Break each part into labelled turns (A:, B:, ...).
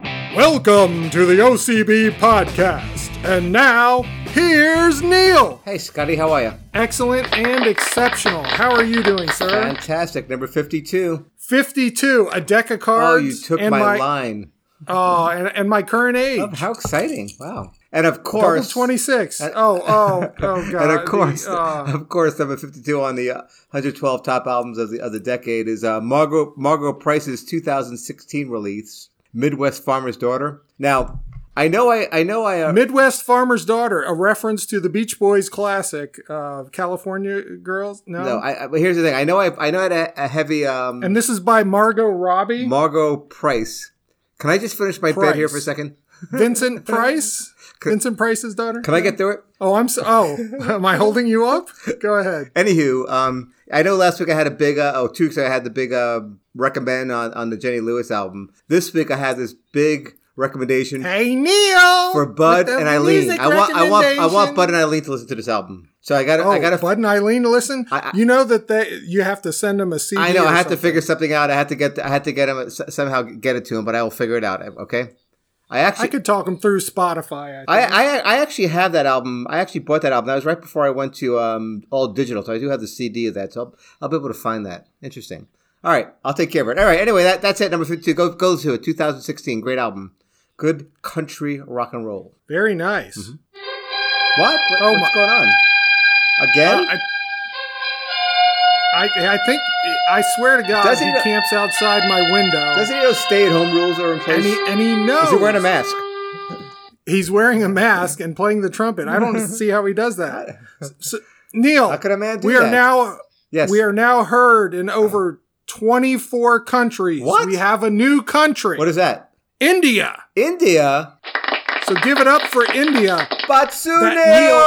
A: Welcome to the OCB podcast. And now, here's Neil.
B: Hey, Scotty, how are you?
A: Excellent and exceptional. How are you doing, sir?
B: Fantastic. Number 52.
A: 52, a deck of
B: Oh,
A: cards.
B: you took
A: and
B: my, line.
A: Oh, and, and my current age.
B: Oh, how exciting. Wow. And of
A: Double
B: course,
A: 26. oh, oh, oh, God.
B: and of course,
A: The, uh,
B: of course, number 52 on the uh, 112 top albums of the, of the decade is uh, Margot, Margot Price's 2016 release, Midwest Farmer's Daughter. Now, I know I, I know I, uh,
A: Midwest Farmer's Daughter, a reference to the Beach Boys classic, uh, California Girls. No.
B: no, I, I, but here's the thing. I know I, I know I had a, a heavy, um,
A: and this is by Margot Robbie,
B: Margot Price. Can I just finish my bit here for a
A: Price.
B: second?
A: Vincent Price, Vincent Price's daughter.
B: Can I get through it?
A: Oh, I'm so. Oh, am I holding you up? Go ahead.
B: Anywho, um, I know last week I had a big, uh, oh, two weeks ago I had the big uh, recommend on, on the Jenny Lewis album. This week I had this big recommendation
A: Hey, Neil.
B: for Bud and Eileen. I want, I want, I want Bud and Eileen to listen to this album. So I got, to
A: Oh,
B: I got to.
A: Bud and Eileen to listen.
B: I- I-
A: you know that they you have to send them a CD.
B: I know
A: or
B: I have to
A: something.
B: figure something out. I had to get, I had to get him somehow get it to him, but I will figure it out. Okay. I
A: I
B: actually,
A: could talk them through Spotify. I,
B: I,
A: think.
B: I, I actually have that album. I actually bought that album. That was right before I went to um, all digital, so I do have the CD of that. So I'll, I'll be able to find that. Interesting. All right, I'll take care of it. All right. Anyway, that, that's it. Number fifty-two. Go go to it. 2016. Great album. Good country rock and roll.
A: Very nice.
B: Mm-hmm. What? What-
A: Oh,
B: what's
A: my-
B: going on? Again?
A: Uh, I, I, I think I swear to God,
B: Doesn't
A: he
B: he-
A: camps outside my window.
B: Doesn't he know stay-at-home rules are in
A: and
B: place?
A: he and he knows
B: Is he wearing a mask?
A: He's wearing a mask and playing the trumpet. I don't see how he does that. So, Neil,
B: How could a man do
A: we
B: that?
A: are now
B: Yes. Uh-huh.
A: we are now heard in over 24 countries.
B: What?
A: We have a new country.
B: What is that?
A: India.
B: India.
A: So give it up for India.
B: Batsuneo.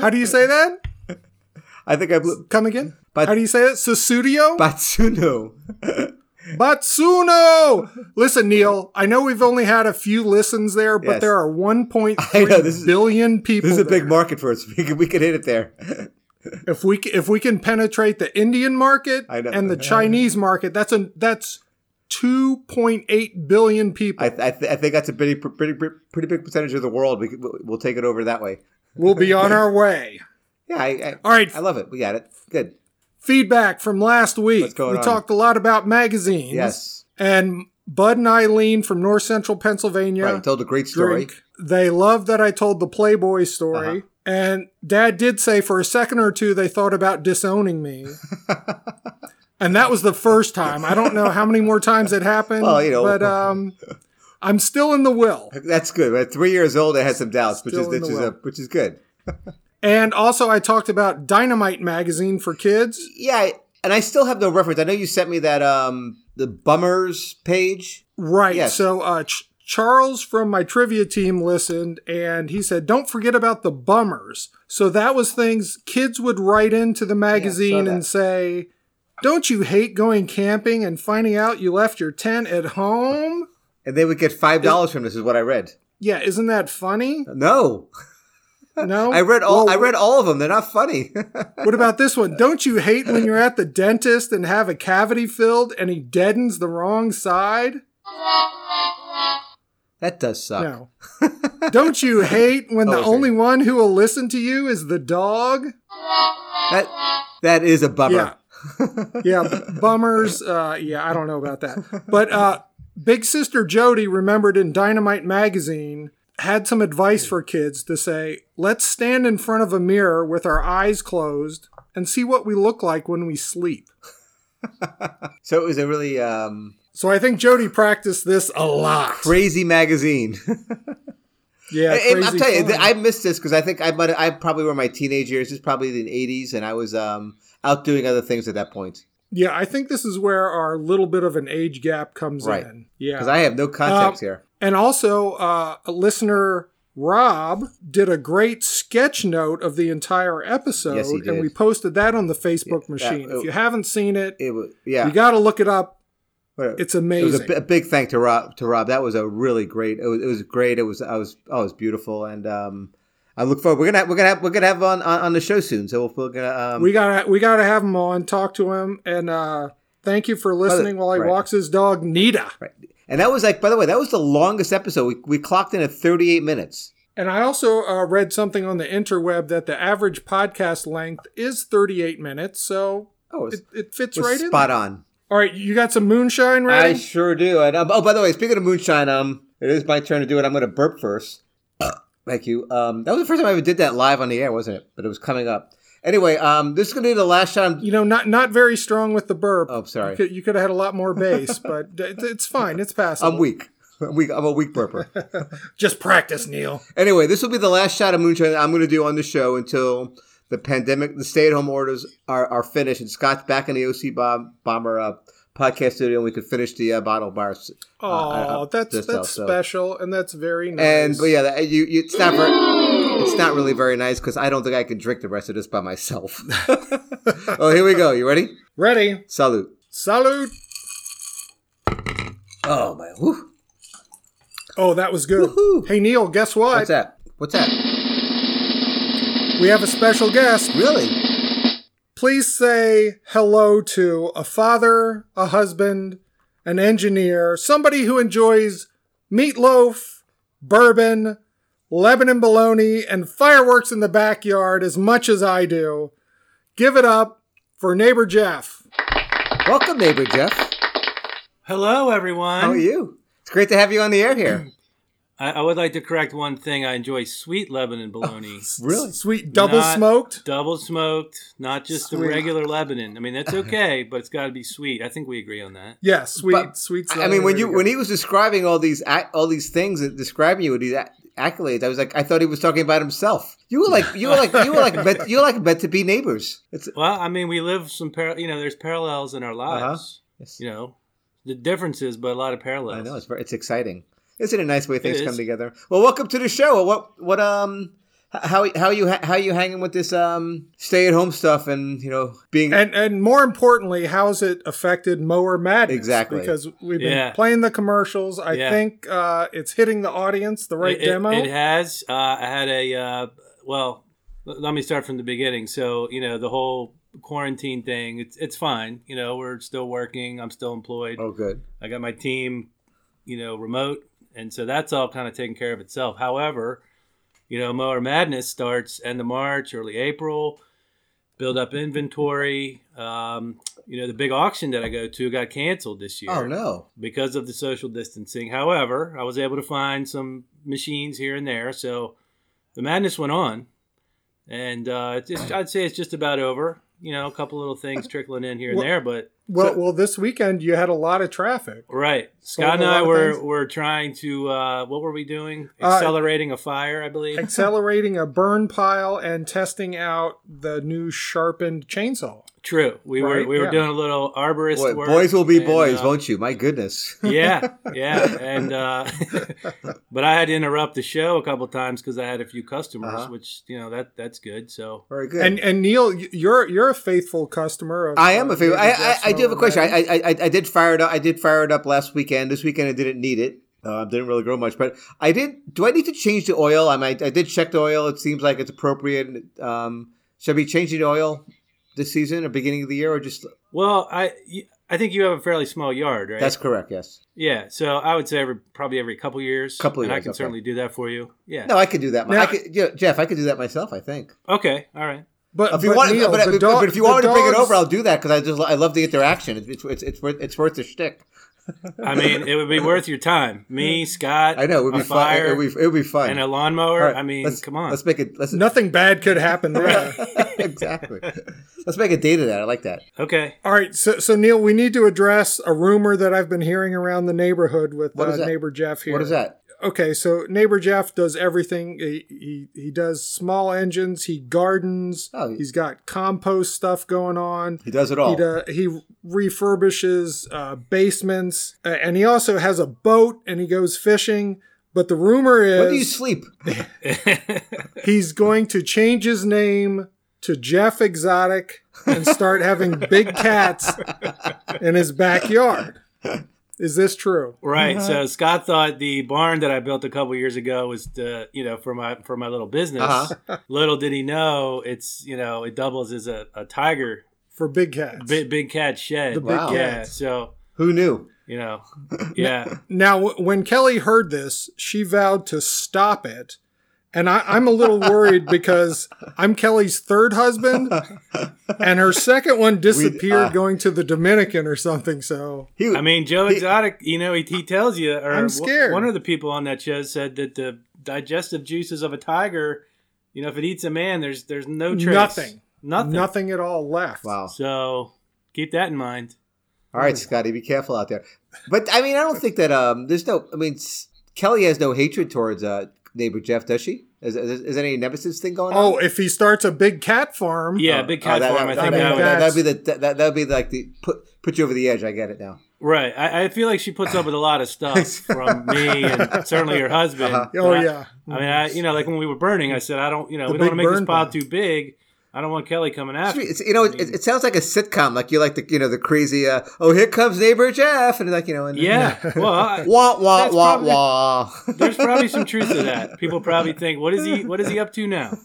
A: How do you say that?
B: I think I blew.
A: Come again?
B: Bat-
A: how do you say that? Susudio?
B: Batsuno.
A: Batsuno! Listen, Neil, I know we've only had a few listens there, but
B: Yes.
A: there are 1.3
B: I
A: billion
B: know, this is-
A: people.
B: This is a big
A: there.
B: market for us. We can, we can hit it there.
A: If we c- if we can penetrate the Indian market
B: I know.
A: and the Chinese market, that's a that's 2.8 billion people.
B: I, I, th- I think that's a pretty, pretty pretty big percentage of the world. We could, we'll take it over that way.
A: we'll be on our way.
B: Yeah, I, I,
A: All right,
B: I love it. We got it. Good.
A: feedback from last week.
B: What's going
A: we
B: on?
A: talked a lot about magazines.
B: Yes.
A: And Bud and Eileen from North Central Pennsylvania
B: Right. Told a great story.
A: drink. They love that I told the Playboy story.
B: Uh-huh.
A: And Dad did say for a second or two they thought about disowning me. and that was the first time. I don't know how many more times it happened.
B: Well, you know.
A: But um, I'm still in the will.
B: That's good. At three years old, I had some doubts, which
A: Still
B: is
A: in
B: which
A: the
B: is, a,
A: well.
B: which is good.
A: And also, I talked about Dynamite magazine for kids.
B: Yeah, I- and I still have no reference. I know you sent me that um the bummers page.
A: Right.
B: Yes.
A: So uh, Ch- Charles from my trivia team listened and he said, don't forget about the bummers. So that was things kids would write into the magazine and
B: that.
A: say, don't you hate going camping and finding out you left your tent at home?
B: And they would get five dollars from this. Is what I read.
A: Yeah, isn't that funny?
B: No,
A: No,
B: I read all.
A: Well,
B: I read all of them. They're not funny.
A: What about this one? Don't you hate when you're at the dentist and have a cavity filled and he deadens the wrong side?
B: that does suck.
A: No. Don't you hate when
B: Oh, I
A: the
B: see.
A: only one who will listen to you is the dog?
B: That that is a bummer.
A: Yeah. Yeah, bummers. Uh, yeah, I don't know about that. But uh, Big Sister Jody remembered in Dynamite Magazine had some advice for kids to say, let's stand in front of a mirror with our eyes closed and see what we look like when we sleep.
B: So it was a really um,
A: So I think Jody practiced this a lot.
B: crazy magazine.
A: Yeah,
B: Hey,
A: crazy
B: I'm telling you,
A: fun.
B: th- I missed this because I think I might. I probably were my teenage years. This is probably in the '80s, and I was um, out doing other things at that point.
A: yeah, I think this is where our little bit of an age gap comes
B: Right.
A: in. Yeah,
B: Because I have no context
A: Um,
B: here.
A: And also, uh, a listener Rob did a great sketch note of the entire episode,
B: Yes, he did.
A: and we posted that on the Facebook machine.
B: that-
A: if you haven't seen it,
B: It was yeah.
A: you got to look it up. It's
B: But it was a,
A: amazing.
B: bi- a big thank to Rob. To Rob, that was a really great. It was, it was great. It was I was oh, it was beautiful, and um, I look forward. We're gonna have, we're gonna have, we're gonna have on, on on the show soon. So we're gonna um,
A: we gotta we gotta have him on, talk to him, and uh, thank you for listening while he
B: right.
A: walks his dog Nita.
B: And that was like, by the way, that was the longest episode. We, we clocked in at 38 minutes.
A: And I also uh, read something on the interweb that the average podcast length is 38 minutes, so
B: Oh,
A: it, it fits
B: was
A: right in.
B: spot
A: there.
B: on.
A: All right, you got some moonshine
B: I
A: ready?
B: sure do. And um, oh, by the way, speaking of moonshine, um, it is my turn to do it. I'm going to burp first. Thank you. Um, that was the first time I ever did that live on the air, wasn't it? But it was coming up. Anyway, um, this is going to be the last time.
A: you know, not not very strong with the burp.
B: Oh, sorry.
A: You could, you could have had a lot more bass, but it, it's fine. It's passable.
B: I'm weak. I'm weak. I'm a weak burper.
A: Just practice, Neil.
B: Anyway, this will be the last shot of moonshine that I'm going to do on the show until the pandemic, the stay-at-home orders are, are finished, and Scott's back in the OC Bomb, Bomber uh, podcast studio, and we can finish the uh, bottle bars.
A: Oh,
B: I- I-
A: that's
B: this
A: that's
B: also.
A: special, and that's very nice.
B: And but yeah, that, you, you, it's not very, it's not really very nice because I don't think I can drink the rest of this by myself. oh, here we go. You ready?
A: ready,
B: Salute.
A: salute.
B: Oh my. Whew.
A: Oh, that was good.
B: Woohoo.
A: Hey, Neil, guess what?
B: What's that? What's that?
A: We have a special guest.
B: Really?
A: Please say hello to a father, a husband, an engineer, somebody who enjoys meatloaf, bourbon, Lebanon bologna, and fireworks in the backyard as much as I do. Give it up for neighbor Jeff.
B: Welcome, neighbor Jeff.
C: Hello, everyone.
B: How are you? It's great to have you on the air here.
C: I, I would like to correct one thing. I enjoy sweet Lebanon
B: Oh,
C: bologna,
B: Really?
A: Sweet double
C: Not-
A: smoked.
C: double smoked, not just the
A: Sweet.
C: regular Lebanon. I mean, that's okay, but it's got to be sweet. I think we agree on that.
A: Yeah, sweet,
B: But,
A: sweet.
B: I mean, when
A: there
B: you when
A: go.
B: he was describing all these ac- all these things, and describing you with these ac- accolades, I was like, I thought he was talking about himself. You were like, you were like, you were like, meant, you were like meant to be neighbors. It's
C: Well, I mean, we live some, par- you know, there's parallels in our
B: Uh-huh.
C: lives.
B: Yes.
C: You know, the differences, but a lot of parallels.
B: I know it's very, it's exciting. Isn't it a nice way things
C: It
B: come
C: is.
B: together? Well, welcome to the show. What what um h- how how you ha- how you hanging with this um stay at home stuff and you know being
A: And and more importantly, how's it affected Mower Madness?
B: Exactly.
A: Because we've been
C: Yeah.
A: playing the commercials. I
C: Yeah.
A: think uh, it's hitting the audience the right
C: It- it-
A: demo.
C: It, has. Uh, I had a uh, well. l- Let me start from the beginning. So you know the whole quarantine thing. It's it's fine. You know we're still working. I'm still employed.
B: oh good
C: I got my team, you know, remote, and so that's all kind of taken care of itself. However, you know, Mower Madness starts end of March, early April. Build up inventory. Um, you know, the big auction that I go to got canceled this year
B: oh no
C: because of the social distancing. However, I was able to find some machines here and there, so the madness went on, and uh, it's just, I'd say it's just about over. You know, a couple little things trickling in here and
A: Well-
C: there, but
A: well, well, this weekend you had a lot of traffic.
C: right.
A: Sold
C: Scott and
A: a lot
C: I
A: of
C: were
A: things?
C: were trying to uh, what were we doing?
A: Uh,
C: Accelerating a fire, I believe.
A: Accelerating a burn pile and testing out the new sharpened chainsaw.
C: True. We
A: Right,
C: were we were
A: yeah.
C: doing a little arborist
B: Boy,
C: work.
B: boys will be
C: and,
B: boys,
C: uh,
B: won't you? My goodness.
C: yeah, yeah, and uh, but I had to interrupt the show a couple times because I had a few customers,
B: Uh-huh.
C: which you know that that's good. So
B: Very good.
A: And and Neil, y- you're you're a faithful customer. Of,
B: I am
A: uh,
B: a favorite. I,
A: Neighbor
B: I,
A: Jeff's
B: I do have a
A: Mower
B: question. I,
A: Madness.
B: I I I did fire it up. I did fire it up last weekend. This weekend I didn't need it. Uh, didn't really grow much, but I did. Do I need to change the oil? I mean, I, I did check the oil. It seems like it's appropriate. Um, should I be changing the oil this season or beginning of the year, or just?
C: well, I y- I think you have a fairly small yard, right?
B: That's correct. Yes.
C: yeah. So I would say every probably every couple years.
B: Couple
C: and I
B: years,
C: can
B: okay.
C: certainly do that for you. Yeah.
B: No, I could do that.
A: Now-
B: I could, yeah, Jeff. I could do that myself. I think.
C: Okay. All right.
A: but
B: If you
A: but
B: want,
A: Neil,
B: but,
A: the
B: but-
A: dog-
B: but if you
A: the
B: want me to bring it
A: dogs-
B: over, I'll do that because I just I love the interaction. It's it's it's, it's worth it's worth the shtick.
C: I mean, it would be worth your time. Me, Scott.
B: I know it would
C: a
B: be fun.
C: fire
B: It would be, it would be fun.
C: and a
B: All
C: lawnmower.
B: right,
C: I mean,
B: let's-
C: come on.
B: Let's make it. Let's
A: nothing bad could happen there.
B: exactly. Let's make a date of that. I like that.
C: okay.
A: All right, so so Neil, we need to address a rumor that I've been hearing around the neighborhood with
B: What is
A: uh,
B: that?
A: neighbor Jeff here.
B: What is that?
A: Okay, so neighbor Jeff does everything. He he, he does small engines. He gardens.
B: Oh.
A: He's got compost stuff going on.
B: He oh. does it all.
A: He, do- he refurbishes uh, basements, uh, and he also has a boat, and he goes fishing. But the rumor
B: When do you
A: is
B: sleep?
A: he's going to change his name to Jeff Exotic and start having big cats in his backyard. Is this true?
C: Right. So Scott thought the barn that I built a couple years ago was the you know for my for my little business.
B: Uh-huh.
C: little did he know it's you know it doubles as a, a tiger
A: For big cats.
C: big, big cat shed.
A: The big
B: Wow.
C: Yeah.
A: cats.
C: So
B: Who knew?
C: You know, yeah.
A: Now, w- when Kelly heard this, she vowed to stop it. And I, I'm a little worried because I'm Kelly's third husband, and her second one disappeared
B: uh,
A: going to the Dominican or something. So,
B: He,
C: I mean, Joe
B: He-
C: Exotic, you know, he, he tells you, or
A: I'm
C: w-
A: scared.
C: one of the people on that show said that the digestive juices of a tiger, you know, if it eats a man, there's there's no trace.
A: Nothing.
C: Nothing.
A: nothing at all left.
B: wow.
C: So keep that in mind.
B: All right, Scotty, be careful out there. But I mean, I don't think that um, there's no. I mean, S- Kelly has no hatred towards uh, neighbor Jeff, does she? Is, is, is there any nemesis thing going on?
A: Oh, if he starts a big cat farm,
C: Yeah, big cat
B: Oh, that,
C: farm.
B: That,
C: I think
A: mean,
B: that,
C: that, would-
A: that-
B: would be the that, that would be like the put put you over the edge. I get it now.
C: right. I, I feel like she puts up with a lot of stuff from me and certainly her husband.
B: Uh-huh.
A: oh
C: But I-
A: yeah,
C: I mean, I, you know, like when we were burning, I said, I don't, you know,
A: The
C: we don't want to
A: big
C: make this
A: burn
C: pile
A: pile.
C: too big. I don't want Kelly coming after.
B: It's, you know, it, it sounds like a sitcom. Like you like the you know the crazy. Uh, oh, here comes neighbor Jeff, and like you know, and
C: Yeah. Well, I,
B: Wah wah
C: That's
B: wah
C: probably-
B: wah.
C: there's probably some truth to that. People probably think, what is he? What is he up to now?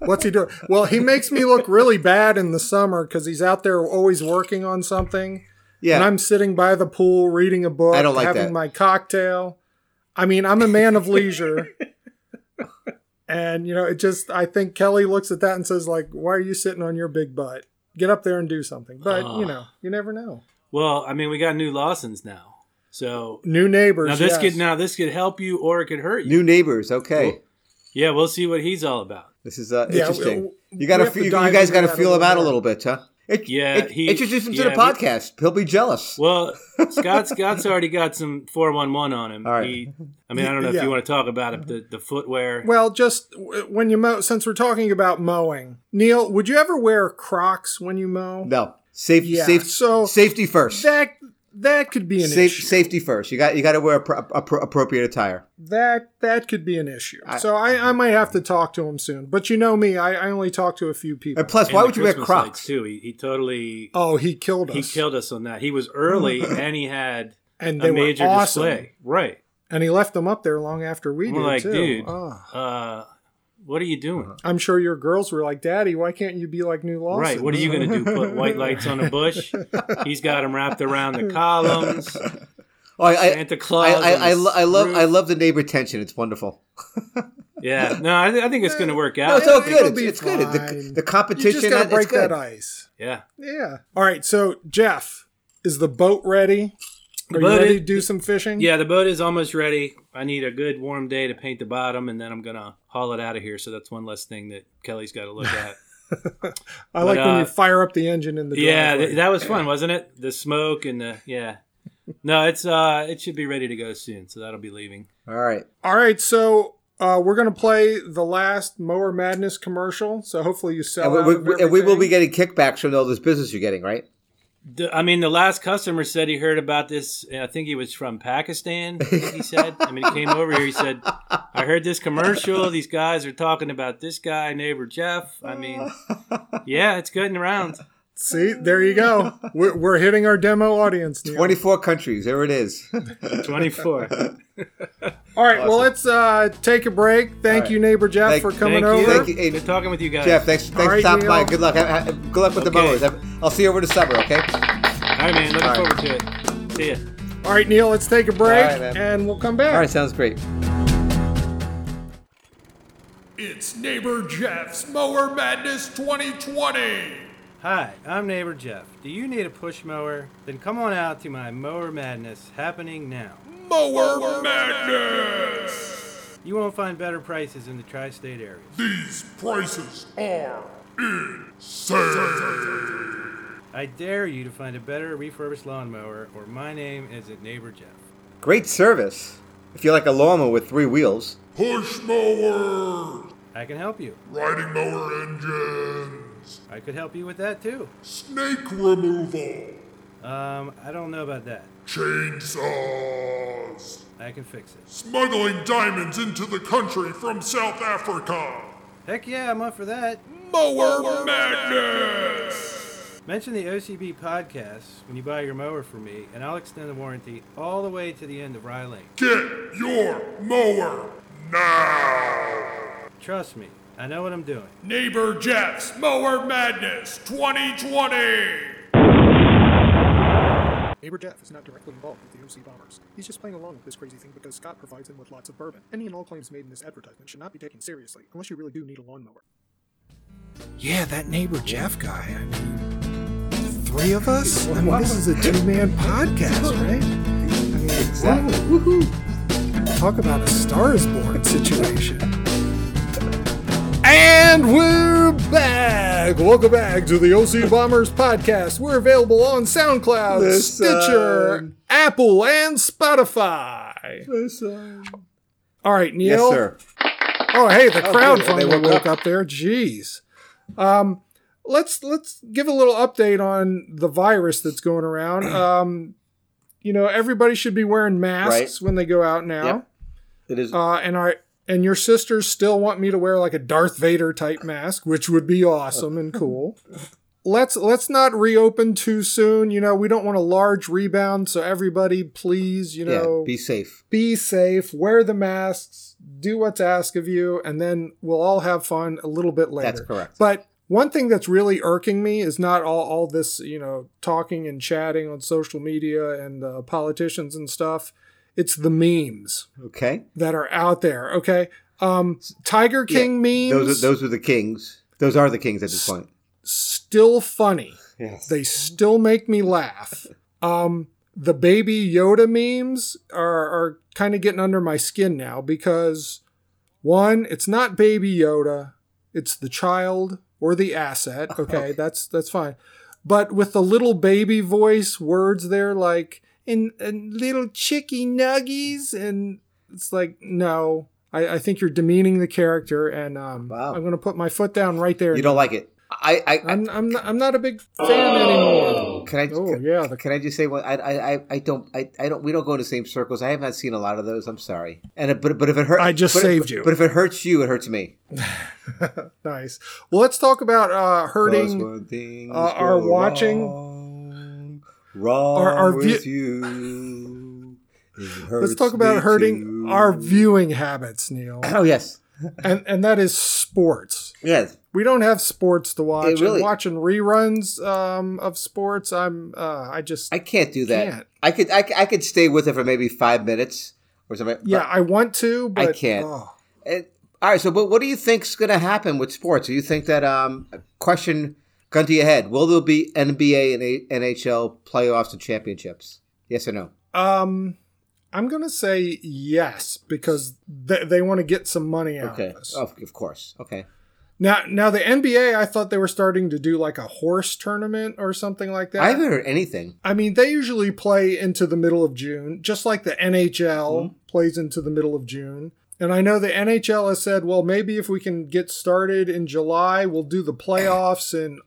A: what's he doing? Well, he makes me look really bad in the summer because he's out there always working on something, and
B: yeah,
A: I'm sitting by the pool reading a book,
B: I don't like
A: having
B: that.
A: my cocktail. I mean, I'm a man of leisure. And you know, it just I think Kelly looks at that and says like, "Why are you sitting on your big butt? Get up there and do something." But, you
C: Ah.
A: know, you never know.
C: Well, I mean, we got new Lawsons now, so
A: New neighbors.
C: now this
A: yes.
C: could now this could help you or it could hurt you.
B: new neighbors. Okay,
C: Cool. yeah, we'll see what he's all about.
B: this is uh,
A: Yeah,
B: interesting.
A: we-
B: You got
A: we
B: to,
A: have
B: you, you
A: dive
B: guys
A: into
B: got to
A: that
B: feel him out a
A: more.
B: little bit, huh? It-
C: Yeah,
B: it-
C: he-
B: introduce him to
C: yeah,
B: the
C: he-
B: podcast. He'll be jealous.
C: Well, Scott Scott's already got some four one one on him.
B: All right.
C: He, I mean, I don't know if
A: Yeah.
C: you want to talk about it, the the footwear.
A: Well, just w- when you mow, since we're talking about mowing, Neil, would you ever wear Crocs when you mow?
B: no, safe,
A: Yeah,
B: safe,
A: so-
B: safety first.
A: That that could be an
B: Safe,
A: issue.
B: safety first. You got you got to wear a, pro- a pro- appropriate attire.
A: That that could be an issue. so I, I might have to talk to him soon. But you know me, I, I only talk to a few people.
B: And plus,
C: And
B: why
C: the
B: would you wear
C: Christmas lights,
B: Crocs?
C: too? He, he totally
A: oh, he killed
C: he
A: us.
C: killed us on that. He was early and he had
A: and they
C: a
A: were
C: major
A: awesome.
C: display. Right.
A: And he left them up there long after we
C: I'm
A: did
C: like,
A: too.
C: dude.
A: Ah.
C: Uh, what are you doing?
B: Uh-huh.
A: I'm sure your girls were like, "Daddy, why can't you be like New Lawson?"
C: Right. What are you going to do? Put white lights on a bush? He's got them wrapped around the columns.
B: Oh, I, I,
C: Santa Claus.
B: I, I,
C: on
B: I,
C: his
B: lo- I love,
C: roof.
B: I love the neighbor tension. It's wonderful.
C: Yeah. No, I, thi- I think it's going to work
B: No,
C: out.
B: it's all
A: it'll
B: good. It's,
A: be
B: it's good. The,
A: fine.
B: the
A: You
B: competition.
A: just gotta
B: that-
A: break
B: it's good.
A: that ice.
C: yeah.
A: Yeah. All right. So Jeff, is the boat ready? Are you
C: boat
A: ready
C: is-
A: to do some fishing?
C: Yeah. The boat is almost ready. I need a good warm day to paint the bottom, and then I'm going to haul it out of here. So that's one less thing that Kelly's got to look at.
A: I like
C: But,
A: when
C: uh,
A: you fire up the engine in the
C: yeah.
A: driveway.
C: Th- that was fun, wasn't it? The smoke and the yeah. No, it's uh, it should be ready to go soon. So that'll be leaving.
B: All right.
A: All right, so uh, we're gonna play the last Mower Madness commercial. So hopefully you sell
B: And we,
A: out
B: we-
A: of
B: we- and we will be
A: everything.
B: getting kickbacks from all this business you're getting, right?
C: The- I mean, the last customer said he heard about this. and I think he was from Pakistan. He said, I mean, he came over here. He said, I heard this commercial. These guys are talking about this guy, neighbor Jeff. I mean, yeah, it's getting around.
A: See, there you go. We're, we're hitting our demo audience. Neil.
B: Twenty-four countries. There it is.
C: 24.
A: All right, well let's uh, take a break. Thank
B: right.
A: you, neighbor Jeff,
B: Thank-
A: for coming
C: Thank
A: over.
C: you.
B: Thank you. Hey,
C: Good talking with you guys.
B: Jeff, thanks, thanks
A: right,
B: for stopping by.
A: Neil.
B: Good luck. I, I, good luck with the
C: Okay.
B: mowers. I- I'll see you over the summer. Okay.
C: All right, man. Looking
B: All right.
C: forward to it. See ya.
A: All right, Neil, let's take a break
B: All right, man.
A: and we'll come back.
B: All right. Sounds great.
D: It's Neighbor Jeff's Mower Madness 2020.
C: Hi, I'm neighbor Jeff. Do you need a push mower? Then come on out to my mower madness happening now.
D: Mower Madness.
C: You won't find better prices in the tri state area.
D: These prices are insane.
C: I dare you to find a better refurbished lawnmower, or my name isn't Neighbor Jeff.
B: Great service. If you're like a lawnmower with three wheels.
D: Push mower,
C: I can help you.
D: riding mower engines,
C: I could help you with that too.
D: snake removal,
C: Um, I don't know about that.
D: chainsaws,
C: I can fix it.
D: smuggling diamonds into the country from South Africa.
C: Heck yeah, I'm up for that.
D: Mower Madness.
C: Mention the OCB podcast when you buy your mower from me, and I'll extend the warranty all the way to the end of Rye Lane.
D: Get your mower now.
C: Trust me, I know what I'm doing.
D: Neighbor Jeff's Mower Madness 2020.
E: Neighbor Jeff is not directly involved with the OC bombers. He's just playing along with this crazy thing because Scott provides him with lots of bourbon. Any and all claims made in this advertisement should not be taken seriously, unless you really do need a lawnmower.
A: Yeah, that neighbor Jeff guy. I mean, three of us. I mean, this is a two-man podcast, right? I mean,
B: Exactly.
A: whoa, Talk about a Star is Born situation. And we're back. Welcome back to the OC Bombers podcast. We're available on SoundCloud,
B: Listen.
A: Stitcher, Apple, and Spotify. All right, Neil.
B: Yes, sir.
A: Oh, hey, the
B: Oh,
A: crowd
B: good. They
A: finally
B: woke
A: woke
B: up.
A: up there. Jeez. Um, let's let's give a little update on the virus that's going around. Um, you know, everybody should be wearing masks when they go out now.
B: Yep. It is.
A: Uh, and I and your sisters still want me to wear like a Darth Vader type mask, which would be awesome and cool. Let's let's not reopen too soon. You know, we don't want a large rebound, so everybody please, you know,
B: yeah, be safe.
A: be safe, wear the masks, do what's asked of you, and then we'll all have fun a little bit later.
B: That's correct.
A: But one thing that's really irking me is not all, all this, you know, talking and chatting on social media and uh, politicians and stuff. It's the memes
B: Okay.
A: that are out there. Okay. Um, Tiger King memes
B: Those are, those are the kings. Those are the kings at this point.
A: still funny.
B: Yes.
A: They still make me laugh. Um, the baby Yoda memes are, are kind of getting under my skin now because one, it's not baby Yoda, it's the child or the asset. Okay, that's that's fine. But with the little baby voice words there like and, and little chicky nuggies and it's like no. I, I think you're demeaning the character, and um,
B: Wow.
A: I'm going to put my foot down right there.
B: You don't like it. I. I, I
A: I'm, I'm, not, I'm not a big fan anymore.
B: can I?
A: Oh
B: can,
A: yeah, the
B: can I just say one? I, I, I- I don't, I, I don't. We don't go in the same circles. I have not seen a lot of those. I'm sorry. And it- but, but if it hurts,
A: I just
B: but,
A: saved you.
B: But if it hurts you, it hurts me.
A: nice. Well, let's talk about uh,
B: 'Cause
A: hurting.
B: when things
A: uh, are
B: go
A: watching-
B: wrong, wrong
A: Our- our
B: with you. it
A: Let's
B: hurts
A: talk
B: me
A: about hurting
B: too.
A: our viewing habits, Neil,
B: Oh yes,
A: and and that is sports.
B: yes.
A: We don't have sports to watch.
B: It really-
A: and watching reruns um, of sports, I'm uh, I just
B: I can't do that.
A: Can't.
B: I could, I, could- I could stay with it for maybe five minutes or something. but-
A: yeah, I want to, but
B: can't.
A: oh.
B: It- all right. So, but what do you think's going to happen with sports? Do you think that um, question gun to your head? Will there be NBA and A- NHL playoffs and championships? Yes or no?
A: Um, I'm gonna say yes because they, they want to get some money out
B: Okay.
A: of us.
B: Of, of course. Okay.
A: Now, now the NBA, I thought they were starting to do like a horse tournament or something like that.
B: I haven't heard anything.
A: I mean, they usually play into the middle of June, just like the NHL
B: Mm-hmm.
A: plays into the middle of June. And I know the NHL has said, well, maybe if we can get started in July, we'll do the playoffs in,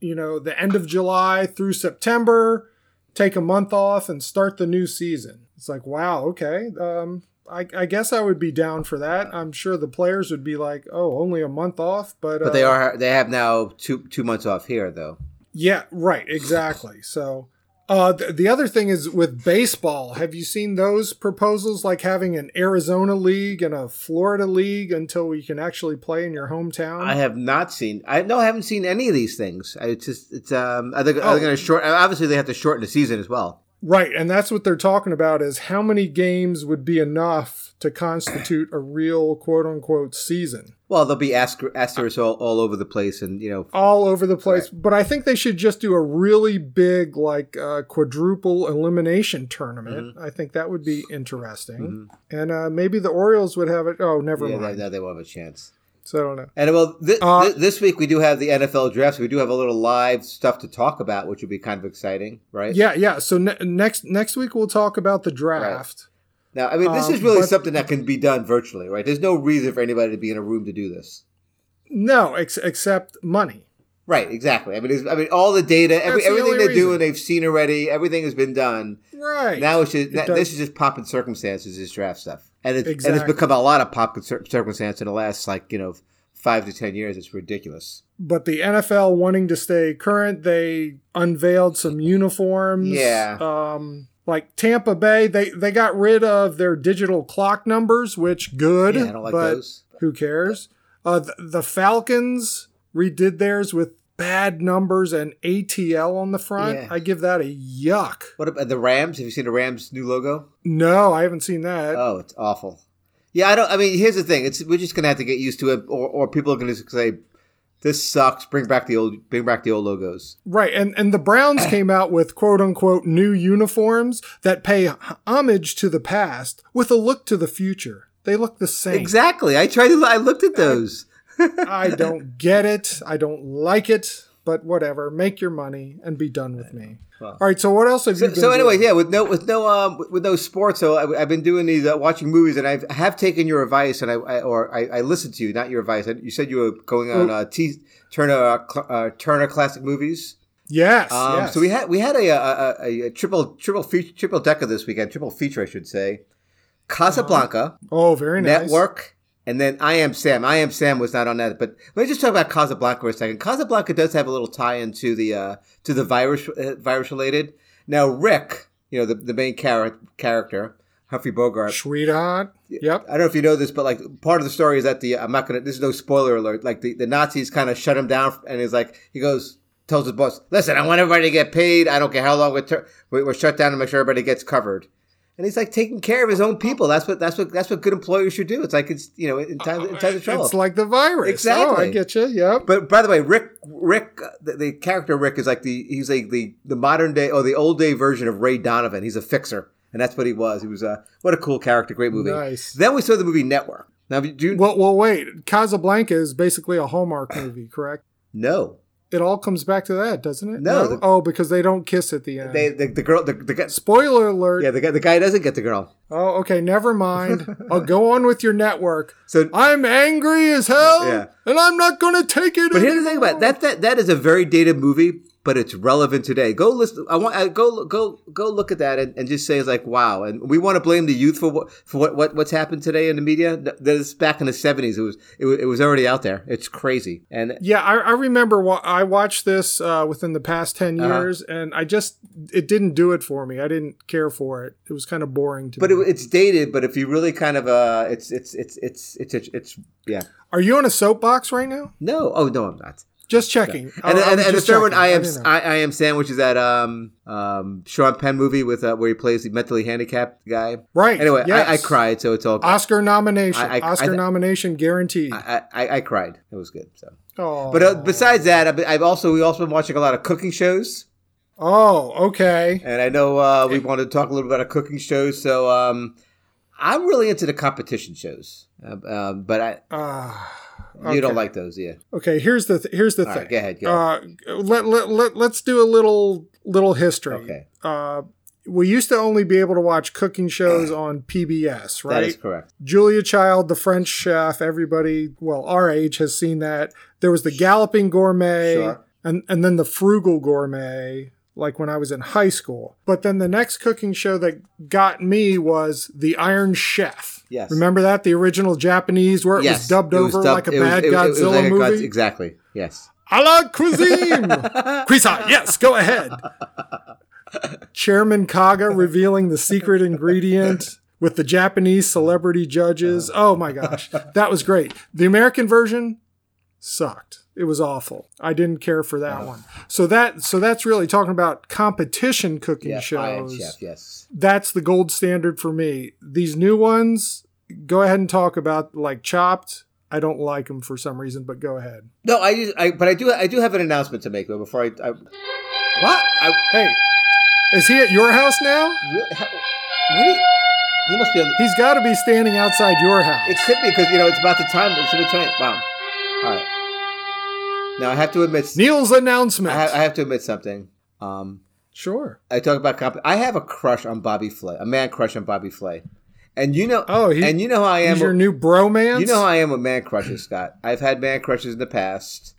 A: you know, the end of July through September, take a month off and start the new season. It's like, wow, okay. Um, I, I guess I would be down for that. I'm sure the players would be like, oh, only a month off, but uh,
B: But they are they have now two two months off here though.
A: Yeah, right, exactly. So, uh, th- the other thing is with baseball. Have you seen those proposals, like having an Arizona league and a Florida league until we can actually play in your hometown?
B: I have not seen. I no, I haven't seen any of these things. I it's just it's um. Are they, are
A: Oh.
B: they going to short? Obviously, they have to shorten the season as well.
A: right, and that's what they're talking about: is how many games would be enough to constitute a real "quote unquote" season?
B: Well, there'll be aster- asterisks all, all over the place, and you know,
A: All over the place, but I think they should just do a really big, like uh, quadruple elimination tournament.
B: Mm-hmm.
A: I think that would be interesting. and uh, maybe the Orioles would have it. Oh, never
B: yeah, they,
A: mind.
B: no, they won't have a chance.
A: So I don't know.
B: And well, thi-
A: Uh,
B: thi- this week we do have the NFL draft. So we do have a little live stuff to talk about, which would be kind of exciting, right?
A: Yeah, yeah. So ne- next next week we'll talk about the draft.
B: Now, I mean, this is
A: Um,
B: really
A: but-
B: something that can be done virtually, right? There's no reason for anybody to be in a room to do this.
A: No, ex- except money.
B: Right, exactly. I mean, it's- I mean, all the data, every,
A: That's the
B: everything
A: only
B: they're doing,
A: reason.
B: they've seen already. Everything has been done.
A: Right.
B: Now it's just
A: It
B: now-
A: does-
B: this is just pop and circumstances, this draft stuff, and it's and it's
A: Exactly.
B: become a lot of pop and cir- circumstance in the last like you know five to ten years. It's ridiculous.
A: but the NFL wanting to stay current, they unveiled some uniforms.
B: Yeah.
A: Um, like Tampa Bay, they they got rid of their digital clock numbers, which good.
B: Yeah, I don't like
A: but
B: those.
A: Who cares? Uh, the, the Falcons redid theirs with bad numbers and ATL on the front,
B: Yeah.
A: I give that a yuck.
B: What about the Rams? Have you seen the Rams' new logo?
A: No, I haven't seen that.
B: Oh, it's awful. Yeah, I don't. I mean, here's the thing: it's we're just gonna have to get used to it, or, or people are gonna say, "This sucks." Bring back the old, bring back the old logos.
A: Right, and and the Browns came out with quote unquote new uniforms that pay homage to the past with a look to the future. They look the same.
B: Exactly. I tried to. I looked at those.
A: I don't get it. I don't like it. But whatever. Make your money and be done with me. All right. So what else have you?
B: So,
A: Been
B: so anyway,
A: doing?
B: yeah, with no, with no, um, with- with no sports. So I, I've been doing these, uh, watching movies, and I've, I have taken your advice, and I, I or I, I listened to you, not your advice. You said you were going on uh, T, Turner, uh, cl- uh, Turner Classic Movies.
A: Yes.
B: Um,
A: yes.
B: So we had we had a a, a, a triple triple feature, triple decker this weekend, triple feature, I should say. Casablanca,
A: Oh, very nice.
B: Network, and then I Am Sam. I Am Sam was not on that, but let me just talk about Casablanca for a second. Casablanca does have a little tie into the uh, to the virus uh, virus related. Now Rick, you know the, the main char- character, Humphrey Bogart.
A: Sweetheart. Yep.
B: I don't know if you know this, but like part of the story is that the I'm not gonna. This is no spoiler alert. Like the, the Nazis kind of shut him down, and he's like he goes tells his boss, "Listen, I want everybody to get paid. I don't care how long we're tur- we- we're shut down to make sure everybody gets covered." And he's like taking care of his own people. That's what that's what that's what good employers should do. It's like it's you know in time in time of trouble.
A: It's like the virus.
B: Oh. Exactly.
A: Oh, I get you. Yep.
B: But by the way, Rick, Rick, uh, the, the character Rick is like the he's like the the modern day or the old day version of Ray Donovan. He's a fixer, and that's what he was. He was a what a cool character, great movie.
A: Nice.
B: Then we saw the movie Network. Now, do you
A: well, well, wait. Casablanca is basically a Hallmark movie, correct?
B: no?
A: It all comes back to that, doesn't it?
B: No, the-
A: oh, because they don't kiss at the end.
B: They the, the girl the, the guy
A: Spoiler alert.
B: yeah the guy the guy doesn't get the girl.
A: Oh, okay. Never mind. I'll go on with your network.
B: So
A: I'm angry as hell,
B: Yeah.
A: and I'm not going to take it.
B: But here's the
A: anymore.
B: thing about it. that that that is a very dated movie, but it's relevant today. Go listen. I want I go go go look at that and, and just say it's like wow. And we want to blame the youth for what for what, what what's happened today in the media. Th- This back in the seventies, it was it, wa- it was already out there. It's crazy. And
A: Yeah, I, I remember wa- I watched this uh, within the past 10
B: Uh-huh.
A: years, and I just, it didn't do it for me. I didn't care for it. It was kind of boring to
B: but
A: me.
B: it, it's dated. But if you really kind of uh, it's it's it's it's it's it's, it's yeah.
A: Are you on a soapbox right now?
B: No, oh no, I'm not.
A: Just checking.
B: and
A: I- I
B: and,
A: was
B: and the
A: Oh, just
B: third one,
A: checking.
B: I am
A: didn't know.
B: I, I am Sam, which is that um um Sean Penn movie with uh, where he plays the mentally handicapped guy.
A: Right.
B: Anyway,
A: yes.
B: I, I cried, so it's all good.
A: Oscar nomination.
B: I- I-
A: Oscar
B: I th-
A: nomination guaranteed.
B: I, I, I cried. It was good. So,
A: oh.
B: but uh, besides that, I've, been- I've also we've also been watching a lot of cooking shows,
A: oh, okay.
B: and I know uh, we wanted to talk a little bit about cooking shows. So, um, I'm really into the competition shows, um, um, but I
A: Uh,
B: you
A: Okay.
B: don't like those, yeah?
A: okay. Here's the th- here's the
B: All
A: thing.
B: right, go ahead. Go ahead.
A: Uh, let, let, let, let's do a little little history.
B: okay,
A: Uh, we used to only be able to watch cooking shows on PBS,
B: that is
A: right?
B: correct.
A: Julia Child, The French Chef, everybody, well, our age has seen that. There was The Galloping Gourmet
B: Sure.
A: and, and then The Frugal Gourmet, like when I was in high school. But then the next cooking show that got me was The Iron Chef.
B: Yes.
A: Remember that? The original Japanese where it
B: yes,
A: was dubbed over like a
B: it was-
A: bad
B: it was- it was
A: Godzilla
B: like a Godz-
A: movie?
B: exactly. Yes.
A: a la cuisine. Cuisine, yes, go ahead. Chairman Kaga revealing the secret ingredient with the Japanese celebrity judges. Oh my gosh, that was great. The American version sucked. It was awful. I didn't care for that one. So that so that's really talking about competition cooking
B: Yeah, Iron
A: shows.
B: Chef. Yes.
A: That's the gold standard for me. These new ones, go ahead and talk about like Chopped. I don't like them for some reason, but go ahead.
B: No, I, just, I but I do I do have an announcement to make though before I, I what I
A: Hey, is he at your house now?
B: really, how, really he must be on the,
A: He's got to be standing outside your house.
B: It could be because you know it's about the time. It's about time. Wow. All right. Now I have to admit.
A: Neil's announcement.
B: I have, I have to admit something. Um,
A: sure.
B: I talk about comp- I have a crush on Bobby Flay, a man crush on Bobby Flay, and you know.
A: Oh, he-
B: and you know how I am.
A: He's your new bromance.
B: you know how I am with man crushes, Scott. I've had man crushes in the past,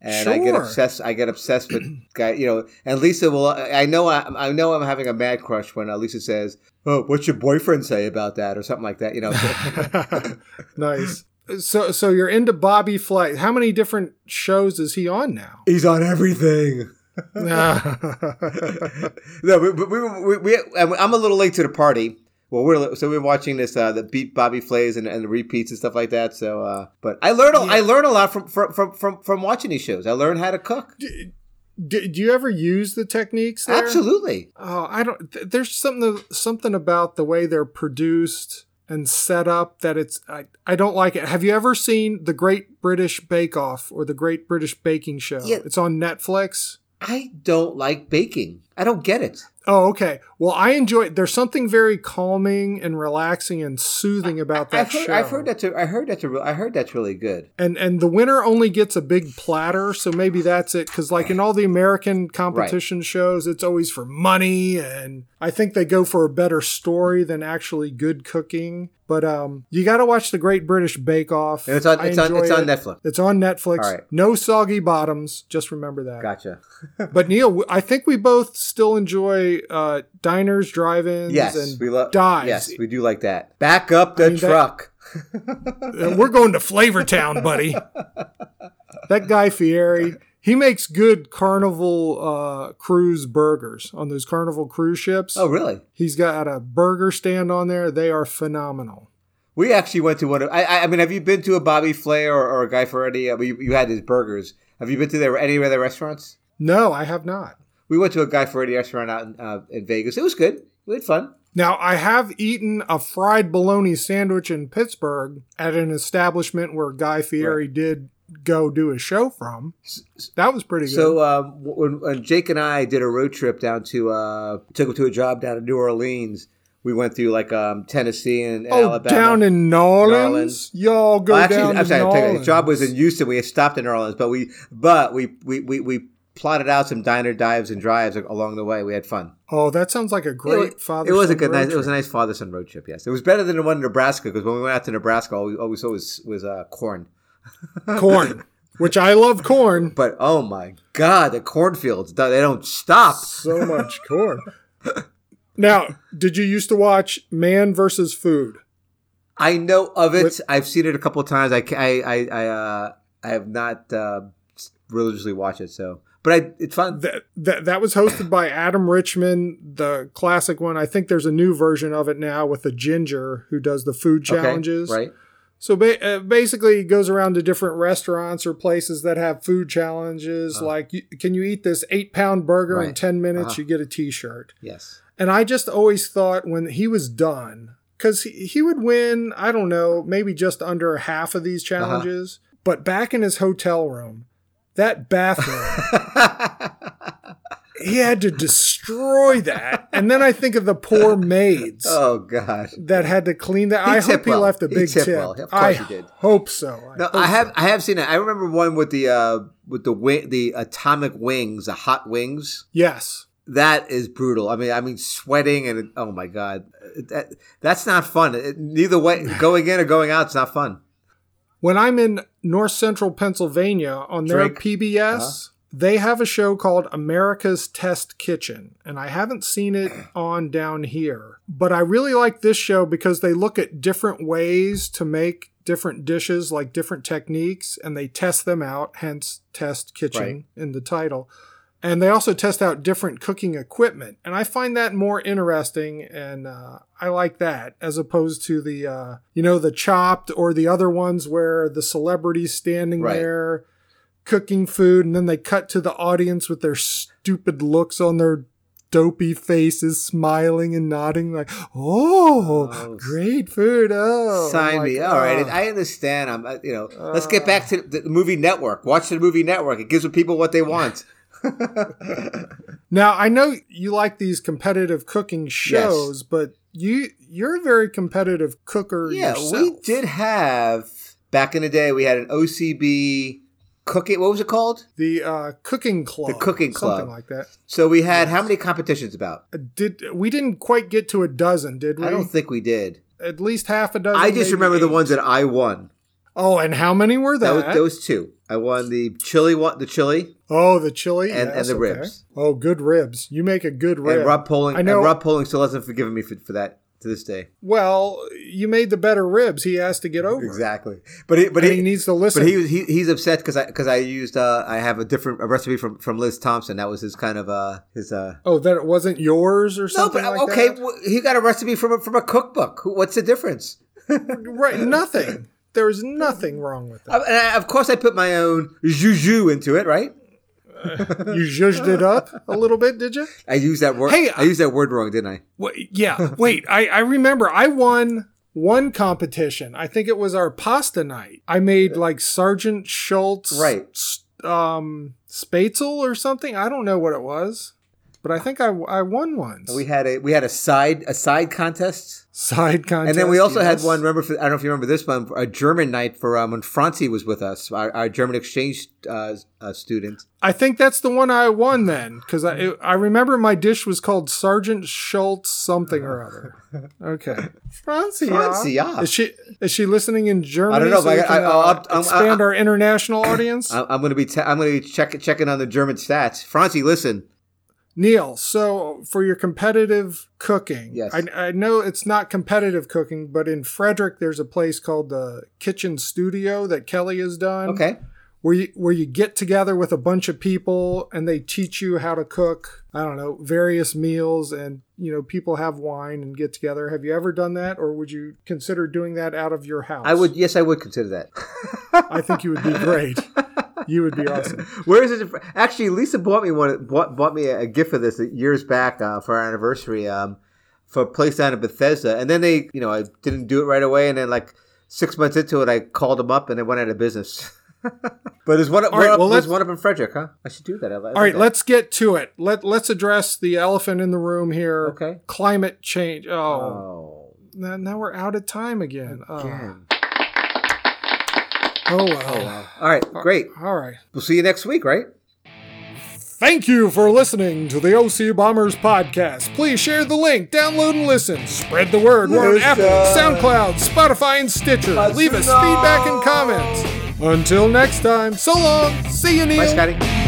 B: and I get
A: Sure.
B: obsessed. I get obsessed with guy. You know, and Lisa will. I know. I, I know. I'm having a man crush when uh, Lisa says, "Oh, what's your boyfriend say about that?" or something like that. You know.
A: nice. So, so you're into Bobby Flay. How many different shows is he on now?
B: He's on everything.
A: Ah.
B: no, but, but we, were- we, we, I'm a little late to the party. Well, we're so we're watching this uh, the beat Bobby plays and, and the repeats and stuff like that. So, uh, but I learn a- I learn a lot from from, from from from watching these shows. I learn how to cook.
A: Do, do you ever use the techniques? There?
B: Absolutely,
A: Oh, I don't. th- There's something something about the way they're produced and set up that it's. I, I don't like it. Have you ever seen the Great British Bake Off or the Great British Baking Show?
B: Yeah.
A: It's on Netflix.
B: I don't like baking. I don't get it.
A: Oh, okay. Well, I enjoy. There's something very calming and relaxing and soothing about that
B: I've heard,
A: show.
B: I've heard that's a, I heard that's a, real- I heard that's really good.
A: And and the winner only gets a big platter, so maybe that's it. Because like in all the American competition shows, it's always for money, and I think they go for a better story than actually good cooking. But um, you got to watch the Great British Bake Off.
B: And it's on
A: I
B: it's on
A: enjoy
B: it's
A: it.
B: on Netflix.
A: It's on Netflix.
B: All right.
A: No soggy bottoms. Just remember that.
B: Gotcha.
A: But Neil, w- I think we both still enjoy uh, diners, drive-ins,
B: Yes,
A: and
B: we love
A: dives.
B: Yes, we do like that. Back up the
A: I mean, that-
B: truck.
A: Uh, We're going to Flavortown, buddy. That guy Fieri, he makes good Carnival uh, cruise burgers on those Carnival cruise ships.
B: Oh, really?
A: He's got a burger stand on there. They are phenomenal.
B: We actually went to one of. I- I, I mean, have you been to a Bobby Flay or, or a Guy Fieri? Uh, you, you had his burgers. Have you been to their any of their restaurants?
A: No, I have not.
B: We went to a Guy Fieri restaurant out in, uh, in Vegas. It was good. We had fun.
A: Now, I have eaten a fried bologna sandwich in Pittsburgh at an establishment where Guy Fieri did go do a show from. That was pretty good.
B: So um, when, when Jake and I did a road trip down to uh, took him to a job down in New Orleans, we went through like um, Tennessee and, and
A: oh,
B: Alabama.
A: down in New Orleans?
B: Orleans.
A: Y'all go
B: Well, actually,
A: down
B: I'm
A: to
B: sorry.
A: New
B: take it.
A: Orleans.
B: The job was in Houston. We had stopped in New Orleans, but we but we we we, we plotted out some diner dives and drives along the way. We had fun.
A: Oh, that sounds like a great father.
B: It was a good nice. It was a nice father son road trip. Yes, it was better than the one in Nebraska because when we went out to Nebraska, all we always saw was was uh, corn.
A: corn, which I love corn
B: But oh my god, the cornfields do- they don't stop.
A: so much corn. Now, did you used to watch Man versus Food?
B: I know of it.
A: What-
B: I've seen it a couple times. I ca- I I I, uh, I have not uh, religiously watched it. So, but I it's fun.
A: That, that that was hosted by Adam Richman, the classic one. I think there's a new version of it now with the ginger who does the food
B: Okay,
A: challenges.
B: right?
A: So ba- uh, basically, he goes around to different restaurants or places that have food challenges. Like, you, can you eat this eight pound burger in
B: Uh-huh. Right.
A: ten minutes?
B: Uh-huh.
A: You get a T-shirt.
B: Yes.
A: And I just always thought when he was done, because he, he would win, I don't know, maybe just under half of these
B: Uh-huh.
A: challenges. But back in his hotel room, that bathroom, he had to destroy that. And then I think of the poor maids.
B: oh god.
A: That had to clean that.
B: He
A: I hope
B: tipped
A: he
B: well.
A: left a
B: He
A: big
B: tipped
A: tip.
B: well. Of course
A: I
B: he did.
A: hope so.
B: No,
A: hope
B: I have
A: so.
B: I have seen it. I remember one with the uh, with the wi- the atomic wings, the hot wings.
A: Yes.
B: That is brutal. I mean, I mean, sweating and oh my god, that that's not fun. It, neither way, going in or going out, it's not fun.
A: when I'm in North Central Pennsylvania on their
B: Drink.
A: PBS,
B: Uh-huh.
A: they have a show called America's Test Kitchen, and I haven't seen it on down here. But I really like this show because they look at different ways to make different dishes, like different techniques, and they test them out, hence Test Kitchen
B: Right.
A: in the title. And they also test out different cooking equipment. And I find that more interesting. And uh, I like that as opposed to the, uh, you know, the chopped or the other ones where the celebrities standing
B: Right.
A: there cooking food and then they cut to the audience with their stupid looks on their dopey faces, smiling and nodding like, oh,
B: Oh.
A: great food. Oh,
B: Sign
A: I'm
B: me.
A: like,
B: All right,
A: "Ah."
B: I understand. I'm uh, you know. let's get back to the movie network. Watch the movie network. It gives the people what they want.
A: Now I know you like these competitive cooking shows, but you you're a very competitive cooker
B: Yeah,
A: yourself.
B: we did have back in the day. We had an OCB cooking. What was it called?
A: the uh, cooking club,
B: The cooking club.
A: something like that.
B: So we had how many competitions? About
A: Uh, Did we didn't quite get to a dozen, did we?
B: I don't think we did.
A: At least half a dozen.
B: I just
A: maybe
B: remember the
A: eight.
B: ones that I won.
A: Oh, and how many were
B: That
A: that?
B: was, that was two. I won the chili one, the chili,
A: oh, the chili
B: and- and
A: yes,
B: the
A: okay.
B: ribs.
A: Oh, good ribs. You make a good rib.
B: and Rob Polling.
A: I know.
B: And Rob Polling still hasn't forgiven me for, for that. to this day.
A: Well, you made the better ribs. He has to get over. it.
B: Exactly. But he, but
A: And
B: he,
A: he needs to listen.
B: But he was he, he's upset because I because I used uh, I have a different a recipe from from Liz Thompson. That was his kind of uh his uh.
A: Oh, that it wasn't yours or
B: No,
A: something.
B: but
A: like
B: okay,
A: that?
B: w he got a recipe from a, from a cookbook. Who- What's the difference?
A: right? Nothing. There was nothing wrong with
B: I,
A: that.
B: and I, of course, I put my own juju into it, right?
A: You zhuzhed it up a little bit, did you?
B: I used that word.
A: Hey,
B: I used that word wrong, didn't I?
A: Wait, yeah. Wait, I, I remember I won one competition. I think it was our pasta night. I made like Sergeant Schultz,
B: Right.
A: s- Um, Spatzel or something. I don't know what it was, but I think I, I won once.
B: We had a we had a side a side contest,
A: Side contest.
B: and then we also
A: yes.
B: had one. Remember, for, I don't know if you remember this one, a German night for um, when Franzi was with us, our, our German exchange uh, uh, student.
A: I think that's the one I
B: Mm-hmm.
A: won then, because I it- I remember my dish was called Sergeant Schultz something or other. Okay, Francia.
B: Francia.
A: Is she is she listening in Germany?
B: know,
A: so
B: but
A: we
B: I-
A: can,
B: I-
A: uh,
B: I'll up- I'm-
A: expand
B: I-
A: our international audience.
B: I, I'm going to be te- I'm going to be check- checking on the German stats. Franzi, listen,
A: Neil, so for your competitive cooking,
B: Yes.
A: I, I know it's not competitive cooking, but in Frederick, there's a place called the Kitchen Studio that Kelly has done.
B: okay,
A: where you where you get together with a bunch of people and they teach you how to cook i don't know various meals and you know people have wine and get together have you ever done that or would you consider doing that out of your house
B: I would yes, I would consider that.
A: i think you would be great you would be awesome
B: Where is it? Actually, Lisa bought me one. Bought, bought me a gift of this years back uh, for our anniversary um, for a place down in Bethesda. And then they, you know, I didn't do it right away. And then like six months into it, I called them up and they went out of business. but there's one. up-
A: All right,
B: one up,
A: well,
B: there's
A: let's-
B: one up in Frederick, huh? I should do that. I, I
A: all right
B: that.
A: let's get to it Let, let's address the elephant in the room here
B: Okay.
A: climate change oh,
B: Oh,
A: Now, now we're out of time again, Oh.
B: damn.
A: oh well
B: All right, great.
A: all right
B: We'll see you next week, right?
A: Thank you for listening to the OC Bombers podcast. Please share the link, download and listen. Spread the word. We're on Apple, SoundCloud, Spotify, and Stitcher. Leave us feedback and comments. Until next time, so long. See you, Neil.
B: Bye, Scotty.